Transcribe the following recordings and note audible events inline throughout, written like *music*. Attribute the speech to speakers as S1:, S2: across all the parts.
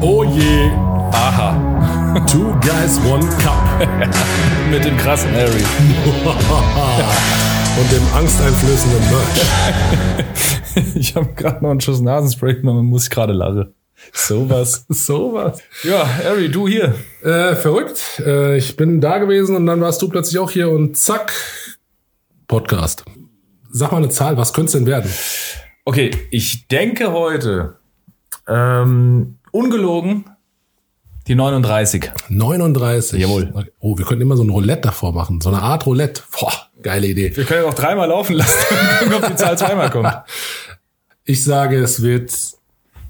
S1: Oh je. Aha.
S2: Two Guys, One Cup.
S1: Mit dem krassen Harry.
S2: Und dem angsteinflößenden Merch.
S1: *laughs* Ich habe gerade noch einen Schuss Nasenspray genommen, muss ich gerade lachen. Sowas.
S2: Sowas.
S1: *laughs* ja, Harry, du hier.
S2: Äh, verrückt. Äh, ich bin da gewesen und dann warst du plötzlich auch hier und zack. Podcast. Sag mal eine Zahl, was könnte es denn werden?
S1: Okay, ich denke heute, ähm, ungelogen, die 39.
S2: 39.
S1: Jawohl.
S2: Oh, wir könnten immer so ein Roulette davor machen. So eine Art Roulette. Boah, geile Idee.
S1: Wir können ja auch dreimal laufen lassen und gucken, ob die Zahl zweimal *laughs* kommt.
S2: Ich sage, es wird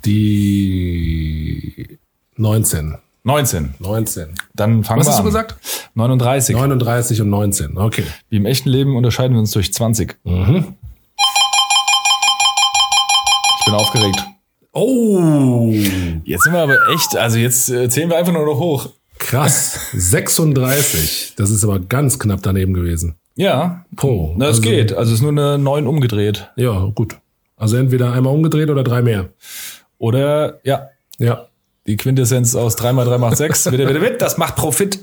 S2: die 19.
S1: 19.
S2: 19.
S1: Dann fangen
S2: Was
S1: wir
S2: hast
S1: an.
S2: du gesagt?
S1: 39.
S2: 39 und 19. Okay.
S1: Wie im echten Leben unterscheiden wir uns durch 20. Mhm. Ich bin aufgeregt.
S2: Oh,
S1: Jetzt sind wir aber echt, also jetzt äh, zählen wir einfach nur noch hoch.
S2: krass. 36. Das ist aber ganz knapp daneben gewesen.
S1: Ja,
S2: Po.
S1: na, es
S2: Also,
S1: geht. Also es ist nur eine 9 umgedreht.
S2: Ja, gut. Also entweder einmal umgedreht oder drei mehr.
S1: Oder, ja,
S2: Ja.
S1: die Quintessenz aus 3 mal 3 macht 6. Bitte, bitte, bitte, das macht Profit.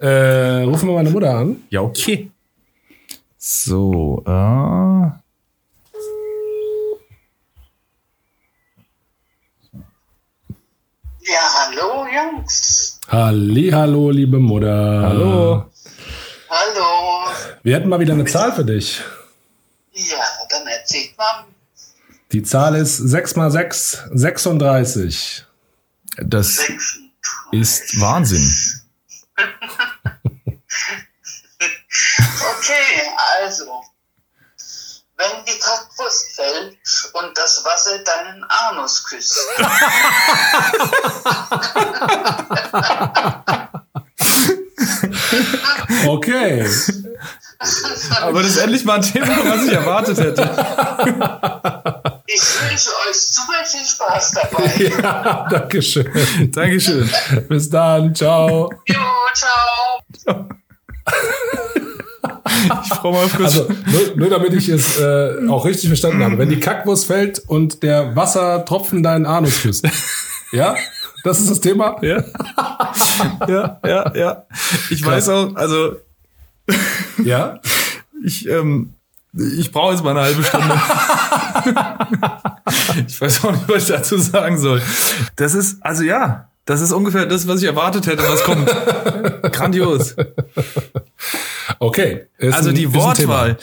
S2: Äh, rufen wir meine Mutter an.
S1: Ja, okay. So, äh.
S3: Ja, hallo Jungs.
S2: Hallo, liebe Mutter.
S1: Hallo.
S3: Hallo.
S2: Wir hätten mal wieder eine Zahl für dich.
S3: Ja, dann erzählt man.
S2: Die Zahl ist 6 mal 6, 36.
S1: Das ist Wahnsinn.
S3: Okay, also. Wenn die Trockwurst fällt und das Wasser deinen Anus küsst.
S2: Okay.
S1: Aber das ist endlich mal ein Thema, was ich erwartet hätte.
S3: Ich wünsche euch super viel Spaß dabei.
S2: ja, Dankeschön.
S1: Dankeschön.
S2: Bis dann. Ciao.
S3: Jo, ciao.
S1: Ich freue mich auf kurz.
S2: Also, nur, nur damit ich es äh, auch richtig verstanden habe. Wenn die Kackwurst fällt und der Wassertropfen deinen Anus küsst.
S1: *laughs*
S2: Ja? Das ist das Thema?
S1: Ja. *laughs* ja, ja, ja. Ich weiß auch, also
S2: Ja?
S1: ich, ähm, ich brauche jetzt mal eine halbe Stunde. *laughs* ich weiß auch nicht, was ich dazu sagen soll. Das ist, also ja, das ist ungefähr das, was ich erwartet hätte, was kommt. Grandios.
S2: Okay. Ist
S1: Also
S2: ein-
S1: die
S2: ist ein Thema.
S1: Wortwahl.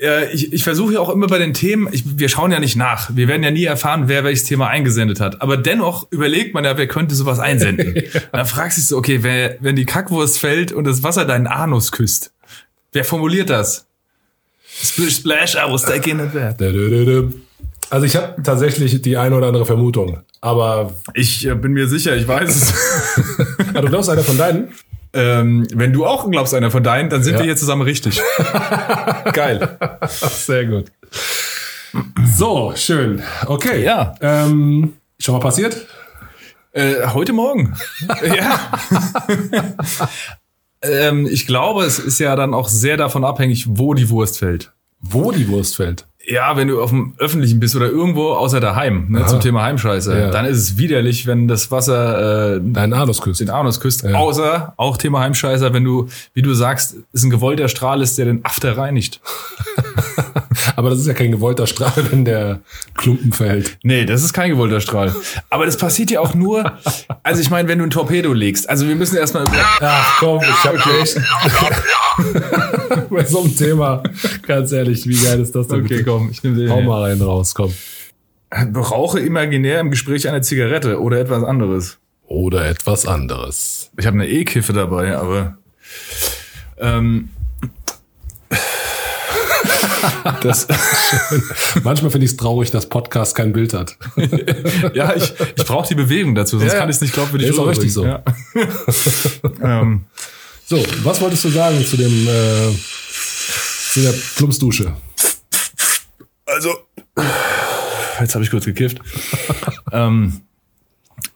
S1: Äh, ich ich versuche ja auch immer bei den Themen, ich, wir schauen ja nicht nach. Wir werden ja nie erfahren, wer welches Thema eingesendet hat. Aber dennoch überlegt man ja, wer könnte
S2: *laughs*
S1: sowas einsenden. Und Dann fragst du dich so, okay, wer, wenn die Kackwurst fällt und das Wasser deinen Anus küsst, wer formuliert das? Splish, splash, I was taking it back.
S2: Dödödödö. Also ich habe tatsächlich die eine oder andere Vermutung. Aber
S1: Ich äh, bin mir sicher, ich weiß es. *laughs*
S2: Ah, du glaubst, einer von deinen?
S1: ähm, wenn du auch glaubst, einer von deinen, dann sind
S2: Ja.
S1: wir hier zusammen richtig. Geil.
S2: *laughs* Sehr gut. So, schön. Okay.
S1: Ja.
S2: Ähm, schon mal passiert?
S1: Äh, heute *laughs* Morgen. ja. ähm, ich glaube, es ist ja dann auch sehr davon abhängig, wo die Wurst fällt.
S2: Wo die Wurst fällt.
S1: Ja, wenn du auf dem Öffentlichen bist oder irgendwo außer daheim, ne, zum Thema Heimscheiße,
S2: Ja.
S1: dann ist es widerlich, wenn das Wasser äh,
S2: Deinen Anus küsst.
S1: den Anus küsst. Außer, auch Thema Heimscheißer, wenn du, wie du sagst, es ein gewollter Strahl ist, der den After reinigt.
S2: Aber das ist ja kein gewollter Strahl, *laughs* wenn der Klumpen fällt.
S1: Nee, das ist kein gewollter Strahl. Aber das passiert ja auch nur, also ich meine, wenn du ein Torpedo legst. Also wir müssen erstmal über...
S2: Ach komm, ich hab echt *laughs* bei so einem Thema. Ganz ehrlich, wie geil ist das denn?
S1: Okay, komm, ich nehme den.
S2: Hau
S1: hier.
S2: mal rein raus, komm.
S1: Rauche imaginär im Gespräch eine Zigarette oder etwas anderes.
S2: Oder etwas anderes.
S1: Ich habe eine E-Kiffe dabei, aber. Ähm, das,
S2: Manchmal finde ich es traurig, dass Podcast kein Bild hat.
S1: ja, ich, ich brauche die Bewegung dazu, sonst
S2: Ja, ja.
S1: kann ich es nicht glaubwürdig
S2: Ja, ist auch richtig so.
S1: rüberbringen. Ja. *laughs* ähm,
S2: So, was wolltest du sagen zu dem äh, zu der Plumpsdusche?
S1: also, jetzt habe ich kurz gekifft. ähm,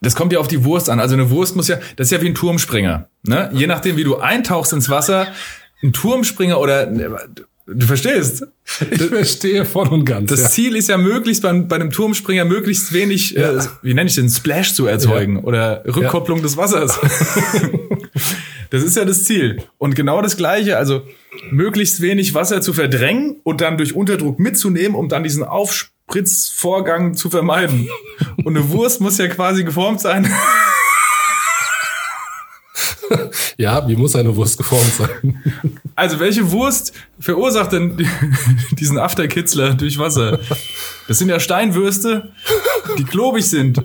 S1: das kommt ja auf die Wurst an. Also eine Wurst muss ja, das ist ja wie ein Turmspringer. Ne? Je nachdem, wie du eintauchst ins Wasser, ein Turmspringer oder Du verstehst.
S2: Ich verstehe voll und ganz.
S1: Das Ziel ist ja möglichst beim, bei einem Turmspringer möglichst wenig, äh, wie nenne ich den, Splash zu erzeugen oder Rückkopplung des Wassers. das ist ja das Ziel. Und genau das Gleiche, also möglichst wenig Wasser zu verdrängen und dann durch Unterdruck mitzunehmen, um dann diesen Aufspritzvorgang zu vermeiden. Und eine Wurst muss ja quasi geformt sein.
S2: Ja, wie muss eine Wurst geformt sein?
S1: Also welche Wurst verursacht denn *laughs* die- diesen Afterkitzler durch Wasser? Das sind ja Steinwürste, die klobig sind.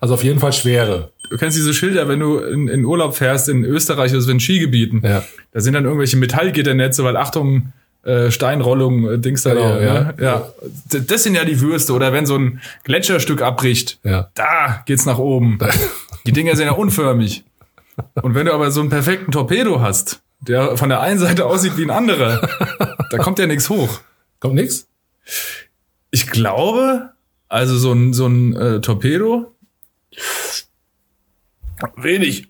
S2: Also auf jeden Fall schwere.
S1: Du kennst diese Schilder, wenn du in, in Urlaub fährst in Österreich, also in Skigebieten.
S2: Ja.
S1: Da sind dann irgendwelche Metallgitternetze, weil Achtung, äh, Steinrollung, äh, Dings da.
S2: Genau,
S1: ne? ja. D- Das sind ja die Würste. Oder wenn so ein Gletscherstück abbricht,
S2: Ja.
S1: da geht's nach oben. Die Dinger sind ja unförmig. Und wenn du aber so einen perfekten Torpedo hast, der von der einen Seite aussieht wie ein anderer, da kommt ja nichts hoch.
S2: Kommt nix?
S1: Ich glaube, also so ein, so ein äh, Torpedo. Wenig.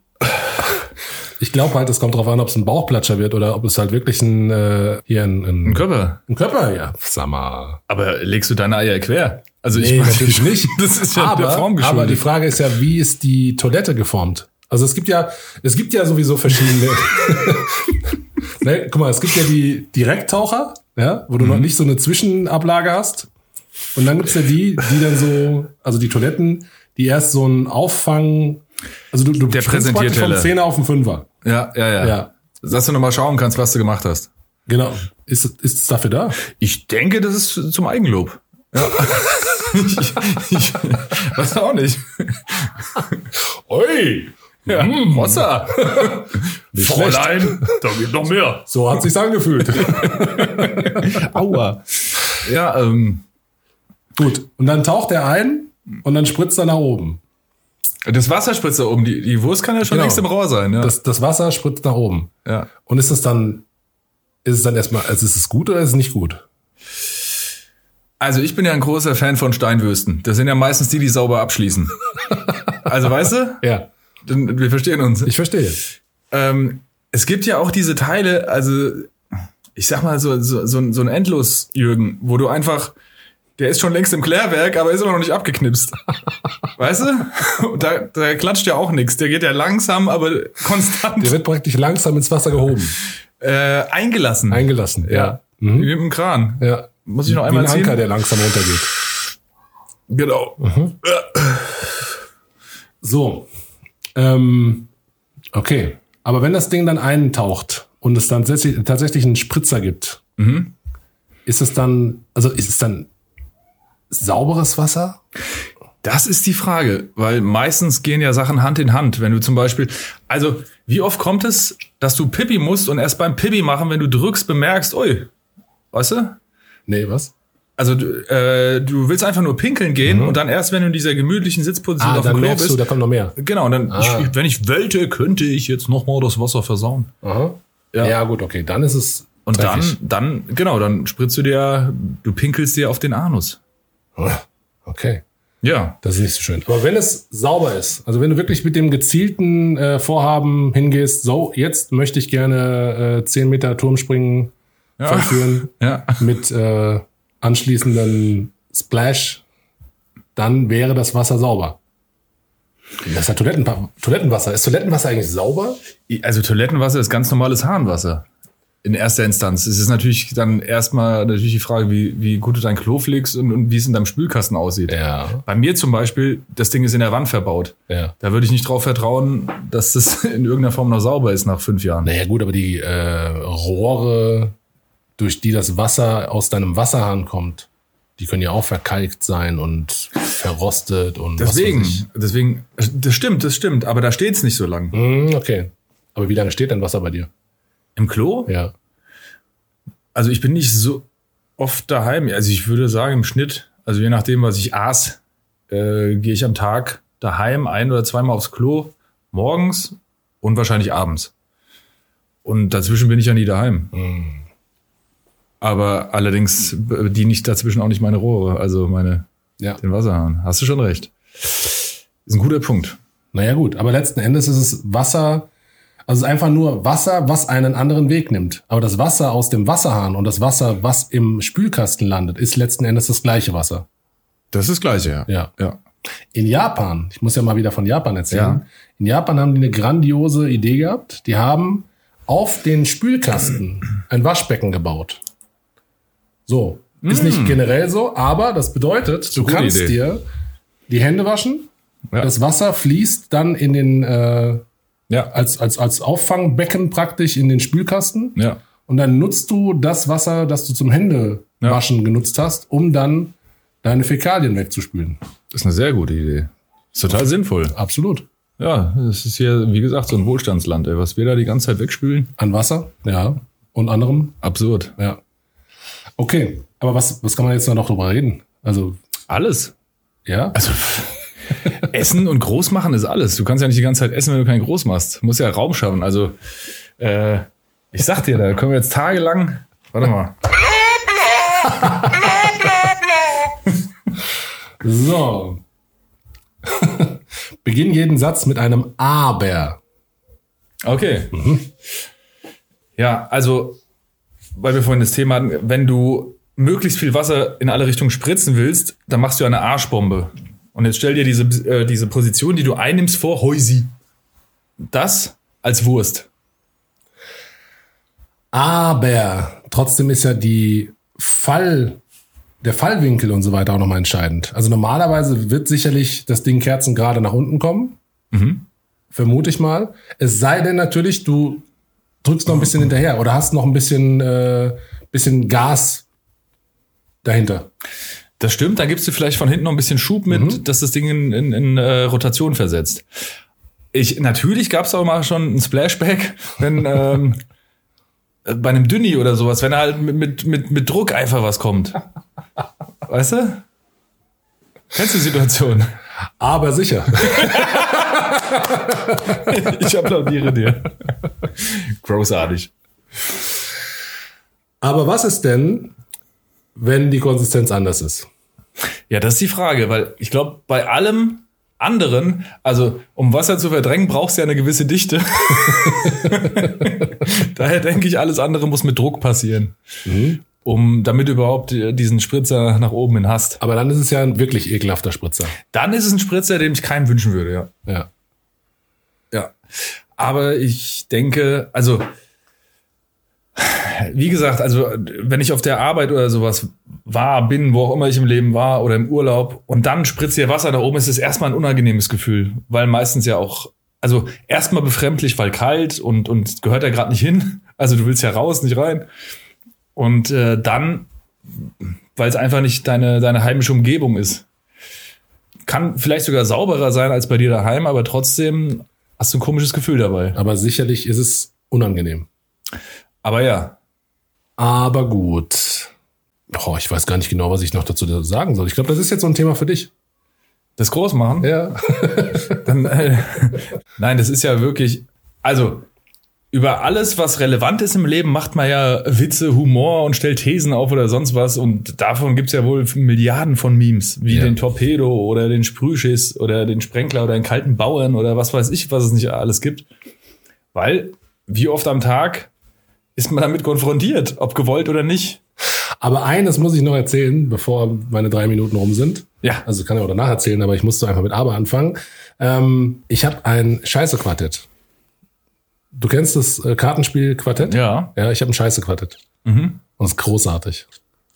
S2: Ich glaube halt, es kommt drauf an, ob es ein Bauchplatscher wird oder ob es halt wirklich ein äh, hier ein,
S1: Ein
S2: ein,
S1: Körper.
S2: ein Körper, ja. Sag mal.
S1: Aber legst du deine Eier quer? Also
S2: Nee, natürlich nicht.
S1: *laughs* Das ist ja der Form
S2: aber, aber die
S1: geschuldet.
S2: Frage ist ja, wie ist die Toilette geformt? Also es gibt ja, es gibt ja sowieso verschiedene. *laughs* ne, guck mal, es gibt ja die Direkttaucher, ja, wo du
S1: Mhm.
S2: noch nicht so eine Zwischenablage hast. Und dann gibt's ja die, die dann so, also die Toiletten, die erst so einen Auffang, also du, du
S1: Der
S2: springst praktisch
S1: Präsentierteller.
S2: vom Zehner auf den Fünfer.
S1: ja, ja, ja,
S2: Ja.
S1: Dass du nochmal schauen kannst, was du gemacht hast.
S2: Genau. Ist, ist es dafür da?
S1: Ich denke, das ist zum Eigenlob. *laughs* Ja. ich, ich, weiß auch nicht.
S2: Oi!
S1: Ja. Wasser.
S4: da geht noch mehr.
S2: So hat sich's
S1: *laughs*
S2: angefühlt.
S1: Aua. Ja, ähm,
S2: Gut. Und dann taucht er ein und dann spritzt er nach oben.
S1: das Wasserspritz da oben, die, die Wurst kann ja schon
S2: Genau.
S1: längst im Rohr sein. Ja.
S2: Das, das Wasser spritzt nach oben.
S1: ja.
S2: Und ist es dann, ist es dann erstmal, also ist es gut oder ist es nicht gut?
S1: Also ich bin ja ein großer Fan von Steinwürsten. Das sind ja meistens die, die sauber abschließen. also weißt du,
S2: Ja.
S1: Dann- wir verstehen uns.
S2: Ich verstehe.
S1: Ähm, es gibt ja auch diese Teile, also ich sag mal so, so, so, ein- so ein Endlos-Jürgen, wo du einfach, der ist schon längst im Klärwerk, aber ist immer noch
S2: *laughs*
S1: nicht abgeknipst. Weißt du? Und Da, da klatscht ja auch nichts. Der geht ja langsam, aber konstant
S2: Der wird praktisch langsam ins Wasser gehoben,
S1: äh, eingelassen.
S2: eingelassen. Ja.
S1: Wie mit dem Kran.
S2: Ja.
S1: Muss ich noch
S2: Mhm. Wie
S1: einmal
S2: ein
S1: ziehen?
S2: Anker, der langsam runtergeht.
S1: Genau.
S2: So. Ähm, okay. Aber wenn das Ding dann eintaucht und es dann tatsächlich, tatsächlich einen Spritzer gibt, ist es dann, also ist es dann sauberes Wasser?
S1: Das ist die Frage, weil meistens gehen ja Sachen Hand in Hand. Wenn du zum Beispiel, also wie oft kommt es, dass du Pipi musst und erst beim Pipi machen, wenn du drückst, bemerkst, ui, weißt du?
S2: Nee, was?
S1: Also du, äh, du willst einfach nur pinkeln gehen und dann erst, wenn du in dieser gemütlichen Sitzposition
S2: Mhm. Ah,
S1: auf dem
S2: dann
S1: Klo
S2: merkst
S1: bist.
S2: du, da Ah. kommt noch mehr.
S1: genau, und dann, ich, wenn ich wollte, könnte ich jetzt nochmal das Wasser versauen.
S2: Aha. Ja. ja, gut, okay. Dann ist es.
S1: Und
S2: dreckig.
S1: dann, dann, genau, dann spritzt du dir, du pinkelst dir auf den Anus.
S2: Okay.
S1: Ja.
S2: Das ist nicht so schön. Aber wenn es sauber ist, also wenn du wirklich mit dem gezielten äh, Vorhaben hingehst, so, jetzt möchte ich gerne äh, 10 Meter Turmspringen *laughs*
S1: Ja.
S2: vollführen
S1: ja.
S2: mit äh, anschließenden Splash, dann wäre das Wasser sauber. Das ist ja Toilettenpa Toilettenwasser. Ist Toilettenwasser eigentlich sauber?
S1: Also Toilettenwasser ist ganz normales Harnwasser. In erster Instanz. Es ist natürlich dann erstmal natürlich die Frage, wie, wie gut du dein Klo pflegst und, und wie es in deinem Spülkasten aussieht.
S2: Ja.
S1: Bei mir zum Beispiel, das Ding ist in der Wand verbaut.
S2: Ja.
S1: Da würde ich nicht drauf vertrauen, dass das *laughs* in irgendeiner Form noch sauber ist nach fünf Jahren.
S2: Naja, gut, aber die äh, Rohre, durch die das Wasser aus deinem Wasserhahn kommt, die können ja auch verkalkt sein und verrostet und was weiß
S1: Deswegen,
S2: ich.
S1: deswegen, das stimmt, das stimmt, aber da steht's nicht so lang.
S2: Hm, okay. Aber wie lange steht denn Wasser bei dir?
S1: Im Klo?
S2: Ja.
S1: Also ich bin nicht so oft daheim. Also ich würde sagen, im Schnitt, also je nachdem, was ich aß, äh, gehe ich am Tag daheim ein oder zweimal aufs Klo, morgens und wahrscheinlich abends. Und dazwischen bin ich ja nie daheim.
S4: Mm.
S1: Aber allerdings bediene ich dazwischen auch nicht meine Rohre, also meine,
S2: Ja.
S1: den Wasserhahn. Hast du schon recht. Ist ein guter Punkt.
S2: Naja, gut. Aber letzten Endes ist es Wasser. Also es ist einfach nur Wasser, was einen anderen Weg nimmt. Aber das Wasser aus dem Wasserhahn und das Wasser, was im Spülkasten landet, ist letzten Endes das gleiche Wasser.
S4: Das ist das Gleiche, ja.
S2: Ja.
S4: ja.
S2: In Japan, ich muss ja mal wieder von Japan erzählen.
S4: Ja.
S2: In Japan haben die eine grandiose Idee gehabt. Die haben auf den Spülkasten ein Waschbecken gebaut. So. Ist nicht generell so, aber das bedeutet, du
S4: Mm. gute
S2: kannst
S4: Idee.
S2: dir die Hände waschen,
S4: Ja.
S2: das Wasser fließt dann in den, äh,
S4: Ja.
S2: als, als, als Auffangbecken praktisch in den Spülkasten
S4: ja.
S2: und dann nutzt du das Wasser, das du zum Händewaschen genutzt hast, um dann deine Fäkalien wegzuspülen.
S4: Das ist eine sehr gute Idee. Ist total sinnvoll.
S2: Absolut.
S4: Ja, das ist hier, wie gesagt, so ein Wohlstandsland, ey. Was wir da die ganze Zeit wegspülen,
S2: An Wasser, ja. Und anderem,
S4: absurd.
S2: ja. Okay, aber was, was kann man jetzt noch drüber reden? Also,
S4: Alles.
S2: ja.
S4: Also, Essen und Großmachen ist alles. Du kannst ja nicht die ganze Zeit essen, wenn du keinen Groß machst. Du musst ja Raum schaffen. Also, äh, ich sag dir, da können wir jetzt tagelang. Warte mal.
S2: So. *laughs* Beginn jeden Satz mit einem Aber.
S4: Okay.
S1: Ja, also, weil wir vorhin das Thema hatten, wenn du möglichst viel Wasser in alle Richtungen spritzen willst, dann machst du eine Arschbombe. Und jetzt stell dir diese, äh, diese Position, die du einnimmst, vor, Heusi. Das als Wurst.
S2: Aber trotzdem ist ja die Fall, der Fallwinkel und so weiter auch nochmal entscheidend. Also normalerweise wird sicherlich das Ding Kerzen gerade nach unten kommen. Vermute ich mal. Es sei denn natürlich, du drückst noch ein bisschen hinterher oder hast noch ein bisschen, äh, bisschen Gas dahinter.
S1: Das stimmt, dann gibst du vielleicht von hinten noch ein bisschen Schub mit, dass das Ding in, in, in äh, Rotation versetzt. Ich, natürlich gab es auch mal schon ein Splashback, wenn ähm, äh, bei einem Dünni oder sowas, wenn halt mit, mit, mit, mit Druck einfach was kommt. Weißt du? Kennst du die Situation?
S2: Aber sicher. *laughs*
S1: Ich applaudiere dir. Großartig.
S2: Aber was ist denn, wenn die Konsistenz anders ist?
S1: Ja, das ist die Frage, weil ich glaube, bei allem anderen, also um Wasser zu verdrängen, brauchst du ja eine gewisse Dichte. *laughs* Daher denke ich, alles andere muss mit Druck passieren. Um, damit du überhaupt äh, diesen Spritzer nach oben hin hast.
S2: Aber dann ist es ja ein wirklich ekelhafter Spritzer.
S1: Dann ist es ein Spritzer, den ich keinem wünschen würde, ja.
S2: Ja.
S1: Ja. Aber ich denke, also, wie gesagt, also, wenn ich auf der Arbeit oder sowas war, bin, wo auch immer ich im Leben war oder im Urlaub und dann spritzt ihr Wasser da oben, ist es erstmal ein unangenehmes Gefühl, weil meistens ja auch, also, erstmal befremdlich, weil kalt und, und gehört ja gerade nicht hin. Also, du willst ja raus, nicht rein. Und äh, dann, weil es einfach nicht deine, deine heimische Umgebung ist. Kann vielleicht sogar sauberer sein als bei dir daheim, aber trotzdem hast du ein komisches Gefühl dabei.
S2: Aber sicherlich ist es unangenehm.
S1: Aber ja,
S2: Aber gut. Boah, ich weiß gar nicht genau, was ich noch dazu sagen soll. Ich glaube, das ist jetzt so ein Thema für dich.
S1: das groß machen.
S2: Ja.
S1: Dann, äh, *laughs* nein, das ist ja wirklich. Also über alles, was relevant ist im Leben, macht man ja Witze, Humor und stellt Thesen auf oder sonst was. Und davon gibt's ja wohl Milliarden von Memes, wie
S2: Ja.
S1: den Torpedo oder den Sprühschiss oder den Sprenkler oder den kalten Bauern oder was weiß ich, was es nicht alles gibt. Weil wie oft am Tag ist man damit konfrontiert, ob gewollt oder nicht.
S2: Aber eines muss ich noch erzählen, bevor meine drei Minuten rum sind.
S1: Ja.
S2: Also kann ich auch danach erzählen, aber ich musste einfach mit Aber anfangen. Ähm, ich habe ein Scheiße-Quartett. Du kennst das äh, Kartenspiel-Quartett?
S1: Ja.
S2: Ja, ich habe ein Scheiße-Quartett. Und es ist großartig.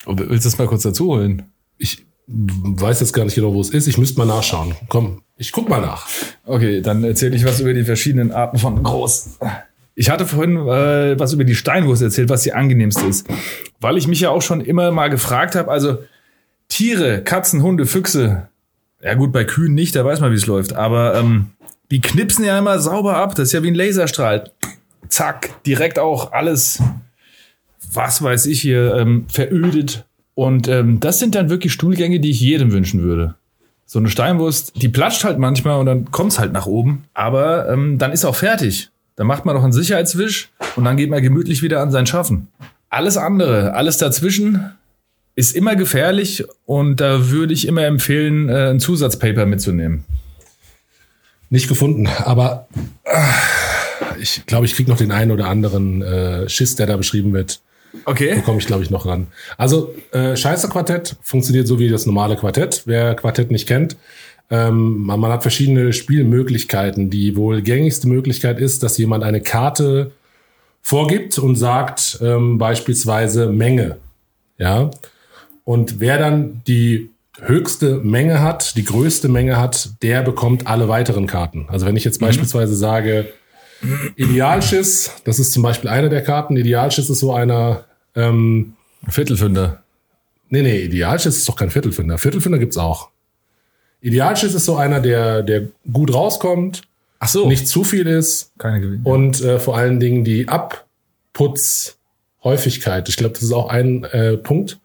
S1: Willst du das mal kurz dazu holen?
S2: Ich weiß jetzt gar nicht genau, wo es ist. Ich müsste mal nachschauen. Komm, ich guck mal nach.
S1: Okay, dann erzähle ich was über die verschiedenen Arten von Groß. Ich hatte vorhin äh, was über die Steinwurst erzählt, was die angenehmste ist. Weil ich mich ja auch schon immer mal gefragt habe, also Tiere, Katzen, Hunde, Füchse, ja gut, bei Kühen nicht, da weiß man, wie es läuft, aber ähm, die knipsen ja immer sauber ab, das ist ja wie ein Laserstrahl. Zack, direkt auch alles, was weiß ich hier, ähm, verödet. Und ähm, das sind dann wirklich Stuhlgänge, die ich jedem wünschen würde so eine Steinwurst, die platscht halt manchmal und dann kommt's halt nach oben. Aber ähm, dann ist auch fertig. Dann macht man noch einen Sicherheitswisch und dann geht man gemütlich wieder an sein Schaffen. Alles andere, alles dazwischen ist immer gefährlich und da würde ich immer empfehlen, äh, ein Zusatzpaper mitzunehmen.
S2: Nicht gefunden, aber äh, ich glaube, ich kriege noch den einen oder anderen äh, Schiss, der da beschrieben wird.
S1: Okay.
S2: Da komme ich, glaube ich, noch ran. Also, äh, Scheiße Quartett funktioniert so wie das normale Quartett. Wer Quartett nicht kennt, ähm, man, man hat verschiedene Spielmöglichkeiten. Die wohl gängigste Möglichkeit ist, dass jemand eine Karte vorgibt und sagt ähm, beispielsweise Menge. Ja. Und wer dann die höchste Menge hat, die größte Menge hat, der bekommt alle weiteren Karten. Also wenn ich jetzt beispielsweise sage, Idealschiss, das ist zum Beispiel eine der Karten, Idealschiss ist so einer, ähm,
S4: Viertelfünder.
S2: nee, nee, Idealschiss ist doch kein Viertelfinder. Viertelfinder gibt's auch. Idealschiss ist so einer, der, der gut rauskommt,
S4: Ach
S1: Oh.
S4: so.
S2: nicht zu viel ist,
S4: keine Gewinne.
S2: und äh, vor allen Dingen die Abputzhäufigkeit, ich glaube, das ist auch ein äh, Punkt,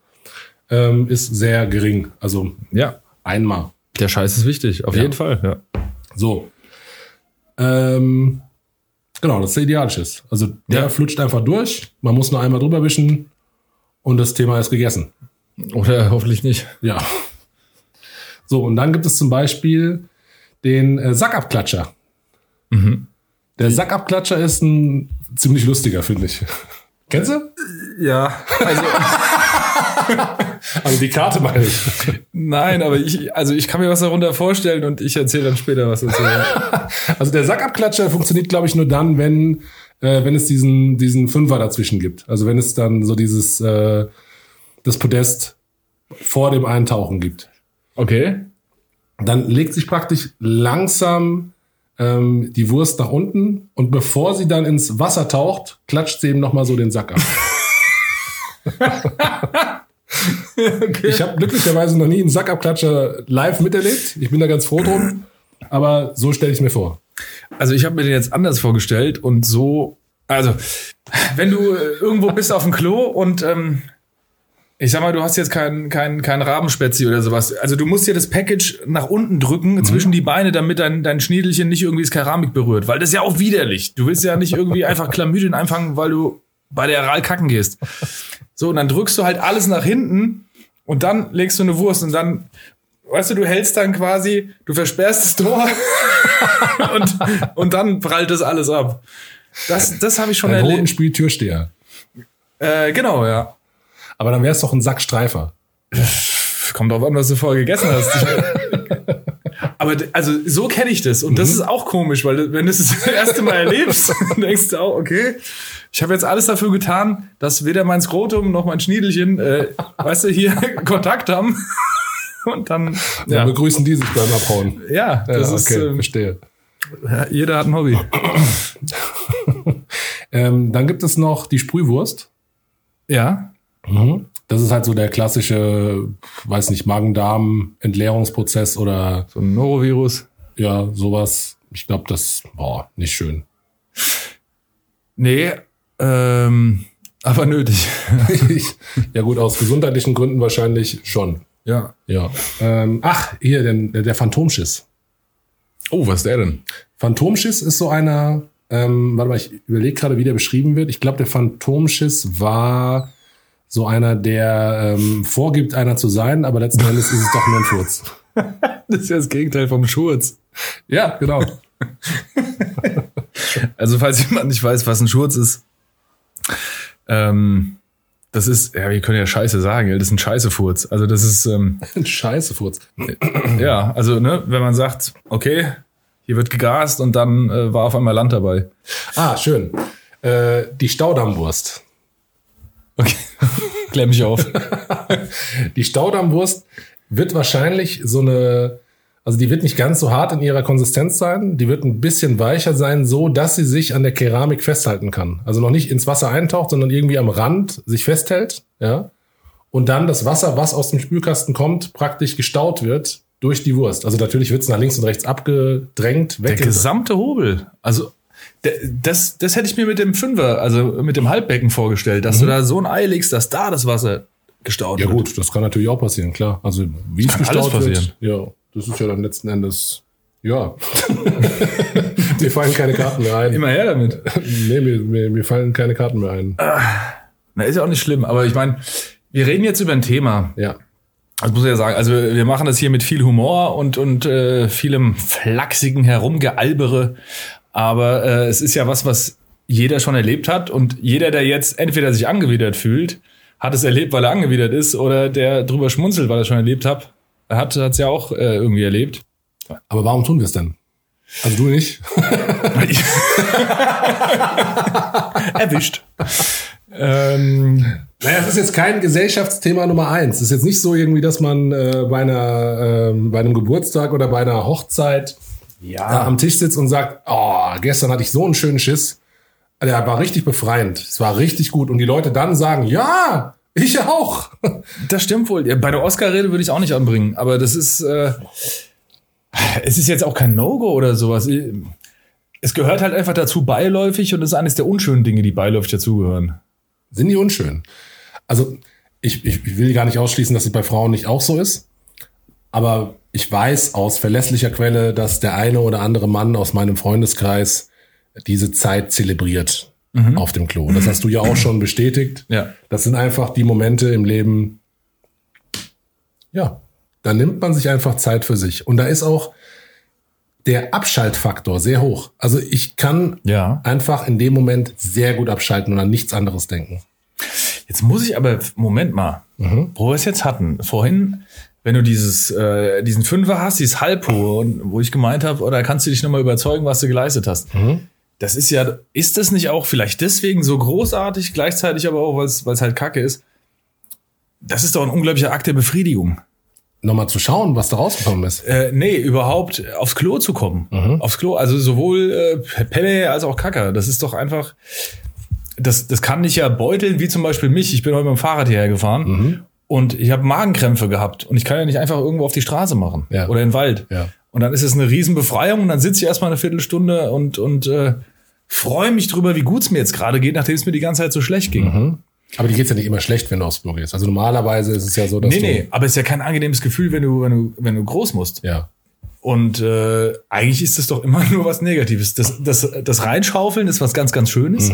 S2: ähm, ist sehr gering. Also
S4: Ja,
S2: einmal.
S4: der Scheiß ist wichtig. Auf
S2: Ja.
S4: jeden Fall. Ja.
S2: So. Ähm, genau, das ist der Idealschiss. Also der
S4: Ja.
S2: flutscht einfach durch, man muss nur einmal drüber wischen und das Thema ist gegessen.
S4: Oder hoffentlich nicht.
S2: Ja. So, und dann gibt es zum Beispiel den äh, Sackabklatscher. Der Sackabklatscher ist ein ziemlich lustiger, finde ich. *laughs* Kennst du?
S1: Ja. Also, *laughs*
S2: Also die Karte meine ich.
S1: nein, aber ich, also ich kann mir was darunter vorstellen und ich erzähle dann später was dazu.
S2: Also der Sackabklatscher funktioniert, glaube ich, nur dann, wenn, äh, wenn es diesen, diesen Fünfer dazwischen gibt. Also wenn es dann so dieses äh, das Podest vor dem Eintauchen gibt.
S4: Okay.
S2: Dann legt sich praktisch langsam ähm, die Wurst nach unten und bevor sie dann ins Wasser taucht, klatscht sie eben nochmal so den Sack ab. Ich habe glücklicherweise noch nie einen Sackabklatscher live miterlebt. Ich bin da ganz froh drum. Aber so stelle ich mir vor.
S1: Also ich habe mir den jetzt anders vorgestellt und so. Also, wenn du äh, irgendwo bist auf dem Klo und ähm, ich sag mal, du hast jetzt keinen keinen keinen Rabenspezi oder sowas. Also du musst dir das Package nach unten drücken zwischen die Beine, damit dein, dein Schniedelchen nicht irgendwie das Keramik berührt, weil das ist ja auch widerlich. Du willst ja nicht irgendwie einfach Chlamydien einfangen, weil du bei der Aral kacken gehst. So, und dann drückst du halt alles nach hinten und dann legst du eine Wurst und dann, weißt du, du hältst dann quasi, du versperrst das Tor *laughs* und, und dann prallt das alles ab. Das, das habe ich schon
S2: Ein
S1: erlebt.
S2: Hodenspiel Türsteher.
S1: Äh, genau, ja.
S2: Aber dann wär's doch ein Sackstreifer.
S1: Kommt drauf an, was du vorher gegessen hast. Ich- *laughs* Aber d- also so kenne ich das und das ist auch komisch, weil du- wenn du es das erste Mal *laughs* erlebst, dann denkst du auch, okay, ich habe jetzt alles dafür getan, dass weder mein Skrotum noch mein Schniedelchen, äh, weißt du, hier *laughs* Kontakt haben. *laughs* Und dann,
S2: Ja.
S1: ja,
S2: begrüßen die sich beim Abhauen.
S1: ja das
S2: ja,
S1: ist, ähm,
S2: verstehe.
S1: ja, jeder hat ein Hobby.
S2: Ähm, dann gibt es noch die Sprühwurst.
S1: Ja,
S2: Das ist halt so der klassische, weiß nicht, Magen-Darm-Entleerungsprozess oder
S4: So ein Norovirus.
S2: ja, sowas. Ich glaube, das boah, nicht schön. *laughs*
S1: nee, ähm, aber nötig.
S2: ja gut, aus gesundheitlichen Gründen wahrscheinlich schon.
S1: *laughs* Ja.
S2: Ja. Ähm, ach, hier, den, der Phantomschiss.
S4: Oh, was ist der denn?
S2: Phantomschiss ist so einer, ähm, warte mal, ich überlege gerade, wie der beschrieben wird. Ich glaube, der Phantomschiss war so einer, der ähm, vorgibt, einer zu sein, aber letzten Endes ist es doch nur ein Furz.
S4: Das ist ja das Gegenteil vom Schurz.
S2: Ja, genau. *laughs*
S4: Also, falls *laughs* jemand nicht weiß, was ein Schurz ist, ähm, das ist, ja, wir können ja Scheiße sagen, gell? das ist ein Scheißefurz. Also, das ist, *clears throat* ähm,
S2: Ein scheiße Furz.
S4: ja, also, ne, wenn man sagt, okay, hier wird gegast und dann äh, war auf einmal Land dabei.
S2: Ah, schön. Äh, die Staudammwurst.
S4: Okay, *laughs* klär mich auf.
S2: Die Staudammwurst wird wahrscheinlich so eine, also die wird nicht ganz so hart in ihrer Konsistenz sein. Die wird ein bisschen weicher sein, so dass sie sich an der Keramik festhalten kann. Also noch nicht ins Wasser eintaucht, sondern irgendwie am Rand sich festhält, ja. Und dann das Wasser, was aus dem Spülkasten kommt, praktisch gestaut wird durch die Wurst. Also natürlich wird es nach links und rechts abgedrängt,
S4: Der
S2: weg.
S4: gesamte Hobel. Also der, das, das hätte ich mir mit dem Fünfer, also mit dem Halbbecken vorgestellt, dass du da so ein Ei legst, dass da das Wasser gestaut
S2: Ja
S4: wird.
S2: gut, das kann natürlich auch passieren, klar. Also wie es
S4: kann
S2: gestaut
S4: alles
S2: wird, ja, das ist ja dann letzten Endes,
S4: *laughs*
S2: ja. mir fallen keine Karten mehr ein.
S4: Immer her damit.
S2: Nee, mir, mir, mir fallen keine Karten mehr ein.
S4: Äh. Na, ist ja auch nicht schlimm, aber ich meine, wir reden jetzt über ein Thema.
S2: Ja.
S4: Das muss ich ja sagen. Also wir machen das hier mit viel Humor und, und äh, vielem flachsigen Herumgealbere.
S1: Aber äh, es ist ja was, was jeder schon erlebt hat und jeder, der jetzt entweder sich angewidert fühlt, hat es erlebt, weil er angewidert ist, oder der drüber schmunzelt, weil er schon erlebt hat, hat es ja auch äh, irgendwie erlebt.
S2: Aber warum tun wir es denn? Also du nicht?
S1: Erwischt. ähm,
S2: Naja, es ist jetzt kein Gesellschaftsthema Nummer eins. Es ist jetzt nicht so irgendwie, dass man äh, bei, einer, ähm, bei einem Geburtstag oder bei einer Hochzeit da am Tisch sitzt und sagt, oh, gestern hatte ich so einen schönen Schiss. Der war richtig befreiend. Es war richtig gut. Und die Leute dann sagen, ja, ich auch.
S1: Das stimmt wohl. Ja, Bei der Oscar-Rede würde ich es auch nicht anbringen, aber das ist. Äh, es ist jetzt auch kein No-Go oder sowas. Es gehört halt einfach dazu beiläufig und das ist eines der unschönen Dinge, die beiläufig dazugehören.
S2: Sind die unschön? Also ich, ich, ich will gar nicht ausschließen, dass es bei Frauen nicht auch so ist. Aber ich weiß aus verlässlicher Quelle, dass der eine oder andere Mann aus meinem Freundeskreis diese Zeit zelebriert auf dem Klo. Das hast du ja auch schon bestätigt.
S1: Mhm. Ja.
S2: Das sind einfach die Momente im Leben, ja, da nimmt man sich einfach Zeit für sich. Und da ist auch der Abschaltfaktor sehr hoch. Also ich kann
S1: Ja.
S2: einfach in dem Moment sehr gut abschalten und an nichts anderes denken.
S1: Jetzt muss ich aber, Moment mal, wo wir es jetzt hatten. Vorhin, wenn du dieses, äh, diesen Fünfer hast, dieses Halbhohe, und wo ich gemeint habe, oder kannst du dich nochmal überzeugen, was du geleistet hast? Das ist ja, ist das nicht auch vielleicht deswegen so großartig, gleichzeitig aber auch, weil es halt kacke ist? Das ist doch ein unglaublicher Akt der Befriedigung.
S2: Nochmal zu schauen, was da rausgekommen ist.
S1: Äh, nee, überhaupt aufs Klo zu kommen.
S2: Mhm.
S1: Aufs Klo, also sowohl äh, Pelle als auch Kacker. Das ist doch einfach. Das, das kann dich ja beuteln, wie zum Beispiel mich. Ich bin heute mit dem Fahrrad hierher gefahren
S2: Mhm.
S1: und ich habe Magenkrämpfe gehabt. Und ich kann ja nicht einfach irgendwo auf die Straße machen
S2: Ja.
S1: oder in den Wald.
S2: Ja.
S1: Und dann ist es eine Riesenbefreiung und dann sitze ich erstmal eine Viertelstunde und, und äh, freue mich drüber, wie gut es mir jetzt gerade geht, nachdem es mir die ganze Zeit so schlecht ging.
S2: Mhm. Aber dir geht's ja nicht immer schlecht, wenn du aufs Klo gehst. Also normalerweise ist es ja so, dass
S1: Nee,
S2: du...
S1: nee, aber es ist ja kein angenehmes Gefühl, wenn du, wenn du, wenn du groß musst.
S2: Ja.
S1: Und äh, eigentlich ist das doch immer *laughs* nur was Negatives. Das, das, das Reinschaufeln ist was ganz, ganz Schönes.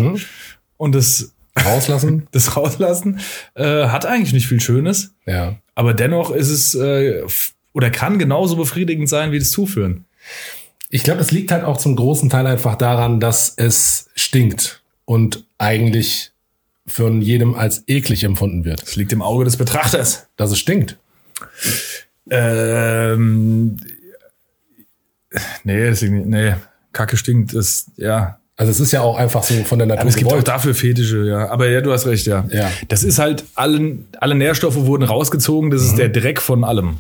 S1: Und das, *laughs*
S2: *laughs* Rauslassen?
S1: das Rauslassen äh, hat eigentlich nicht viel Schönes.
S2: ja.
S1: Aber dennoch ist es äh, f- oder kann genauso befriedigend sein wie das Zuführen.
S2: Ich glaube, das liegt halt auch zum großen Teil einfach daran, dass es stinkt und eigentlich von jedem als eklig empfunden wird.
S1: Das liegt im Auge des Betrachters.
S2: Dass es stinkt.
S1: Ähm, nee, das liegt nicht, nee, Kacke stinkt, das, ja,
S2: Also es ist ja auch einfach so von der Natur
S1: Aber es gibt auch
S2: gewollt.
S1: dafür Fetische, ja. Aber ja, du hast recht, ja.
S2: Ja.
S1: Das ist halt, allen, alle Nährstoffe wurden rausgezogen, das ist der Dreck von allem.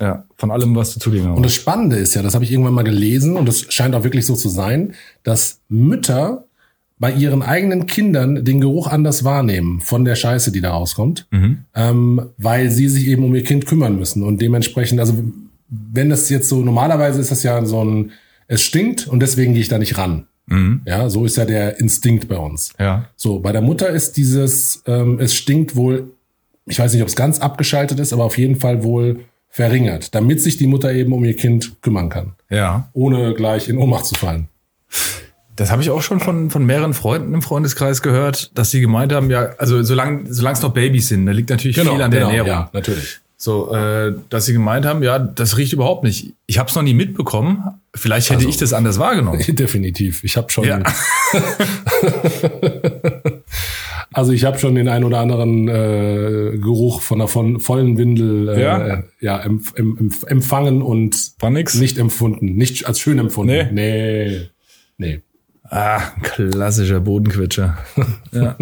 S1: Ja, von allem, was du zu dir
S2: Und
S1: nimmst.
S2: das Spannende ist ja, das habe ich irgendwann mal gelesen und das scheint auch wirklich so zu sein, dass Mütter bei ihren eigenen Kindern den Geruch anders wahrnehmen von der Scheiße, die da rauskommt, ähm, weil sie sich eben um ihr Kind kümmern müssen und dementsprechend, also wenn das jetzt so normalerweise ist das ja so ein, es stinkt und deswegen gehe ich da nicht ran. Ja, so ist ja der Instinkt bei uns.
S1: Ja.
S2: So, bei der Mutter ist dieses, ähm, es stinkt wohl, ich weiß nicht, ob es ganz abgeschaltet ist, aber auf jeden Fall wohl verringert, damit sich die Mutter eben um ihr Kind kümmern kann,
S1: Ja.
S2: ohne gleich in Ohnmacht zu fallen.
S1: Das habe ich auch schon von, von mehreren Freunden im Freundeskreis gehört, dass sie gemeint haben, ja, also solange solange es noch Babys sind, da liegt natürlich viel an der Ernährung.
S2: ja, natürlich. *laughs*
S1: So, äh, dass sie gemeint haben, ja, das riecht überhaupt nicht. Ich habe es noch nie mitbekommen. Vielleicht hätte Also ich das anders wahrgenommen.
S2: Definitiv. Ich habe schon,
S1: Ja.
S2: *laughs* also ich habe schon den ein oder anderen äh, Geruch von einer von, vollen Windel äh,
S1: Ja.
S2: ja. Ja, empf- em, empf- empfangen und
S1: War nix.
S2: nicht empfunden, nicht als schön empfunden. Nee. nee. Nee.
S1: Ah, klassischer Bodenquetscher. ja.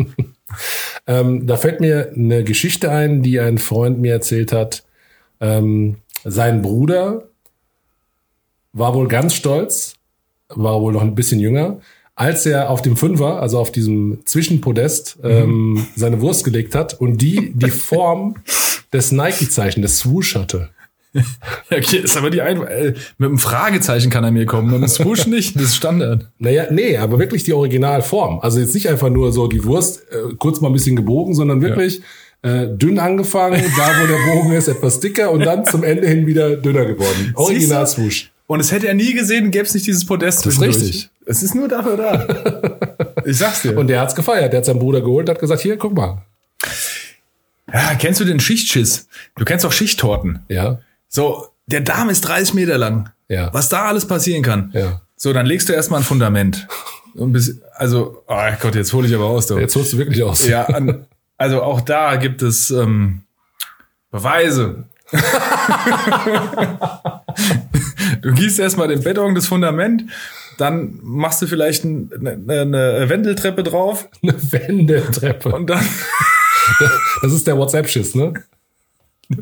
S2: Ähm, da fällt mir eine Geschichte ein, die ein Freund mir erzählt hat. Ähm, sein Bruder war wohl ganz stolz, war wohl noch ein bisschen jünger, als er auf dem Fünfer, also auf diesem Zwischenpodest, ähm, seine Wurst gelegt hat und die die Form des Nike-Zeichen, des Swoosh hatte.
S1: Ja, okay, ist aber die ein äh, mit einem Fragezeichen kann er mir kommen, mit einem *laughs* Swoosh nicht, das ist Standard.
S2: Naja, nee, aber wirklich die Originalform. Also jetzt nicht einfach nur so die Wurst äh, kurz mal ein bisschen gebogen, sondern wirklich äh, dünn angefangen, da wo der Bogen ist, etwas dicker und dann zum Ende hin wieder dünner geworden. Original Swoosh.
S1: Und es hätte er nie gesehen, gäbe es nicht dieses Podest. Das
S2: ist richtig.
S1: Es ist nur dafür da. *laughs* Ich sag's dir.
S2: Und der hat's gefeiert. Der hat seinen Bruder geholt, hat gesagt, hier, guck mal.
S1: ja, kennst du den Schichtschiss? Du kennst auch Schichttorten.
S2: Ja,
S1: So, der Darm ist 30 Meter lang.
S2: Ja.
S1: Was da alles passieren kann.
S2: ja.
S1: So, dann legst du erstmal ein Fundament. Und bis, also, oh Gott, jetzt hole ich aber aus. Du.
S2: Jetzt holst du wirklich aus.
S1: Ja, an, also auch da gibt es ähm, Beweise. *laughs* du gießt erstmal den Beton, das Fundament, dann machst du vielleicht ein, eine, eine Wendeltreppe drauf
S2: *laughs* Eine Wendeltreppe.
S1: und dann *laughs*
S2: Das ist der WhatsApp-Schiss, ne?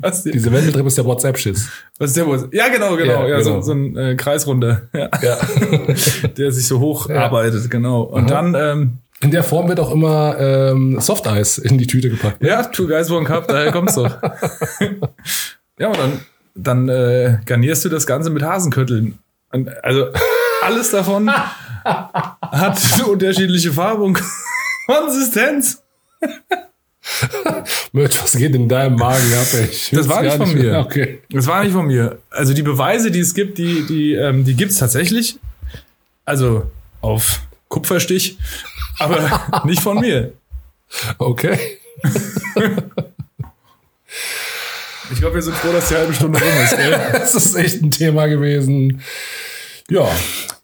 S1: hast du,
S2: Diese Wendeltreppe ist der WhatsApp-Schiss.
S1: was ist der wohl? Ja, genau, genau.
S2: Ja,
S1: Ja, So,
S2: genau.
S1: so ein äh, Kreisrunder, *laughs* ja,
S2: Ja.
S1: der sich so hoch arbeitet, genau. Und dann, ähm,
S2: In der Form wird auch immer ähm, Softeis in die Tüte gepackt.
S1: ja, Two Guys One Cup, daher kommt's doch. ja, und dann, dann äh, garnierst du das Ganze mit Hasenkötteln. Und, also alles davon hat unterschiedliche Farbe und *laughs* Konsistenz.
S2: Mensch, was geht in deinem Magen ab? ey? Ich
S1: Das war
S2: will's
S1: nicht
S2: gar
S1: von mir.
S2: mehr. Okay.
S1: Das war nicht von mir. Also die Beweise, die es gibt, die, die, ähm, die gibt's tatsächlich. Also auf Kupferstich, aber *laughs* nicht von mir.
S2: Okay.
S1: Ich glaube, wir sind froh, dass die halbe Stunde rum ist. Gell?
S2: Das ist echt ein Thema gewesen. Ja,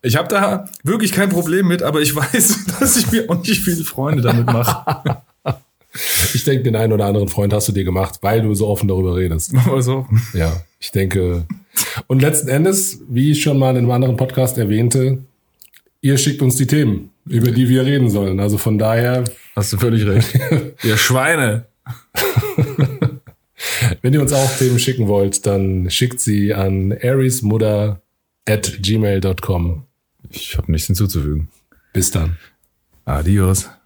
S1: Ich habe da wirklich kein Problem mit, aber ich weiß, *laughs* dass ich mir auch nicht viele Freunde damit mache.
S2: ich denke, den einen oder anderen Freund hast du dir gemacht, weil du so offen darüber redest.
S1: *laughs* Also,
S2: Ja, ich denke. Und letzten Endes, wie ich schon mal in einem anderen Podcast erwähnte, ihr schickt uns die Themen, über die wir reden sollen. Also von daher,
S1: hast du völlig recht. *laughs* Ihr Schweine.
S2: wenn ihr uns auch Themen schicken wollt, dann schickt sie an arismutter at gmail.com.
S1: Ich habe nichts hinzuzufügen.
S2: Bis dann.
S1: Adios.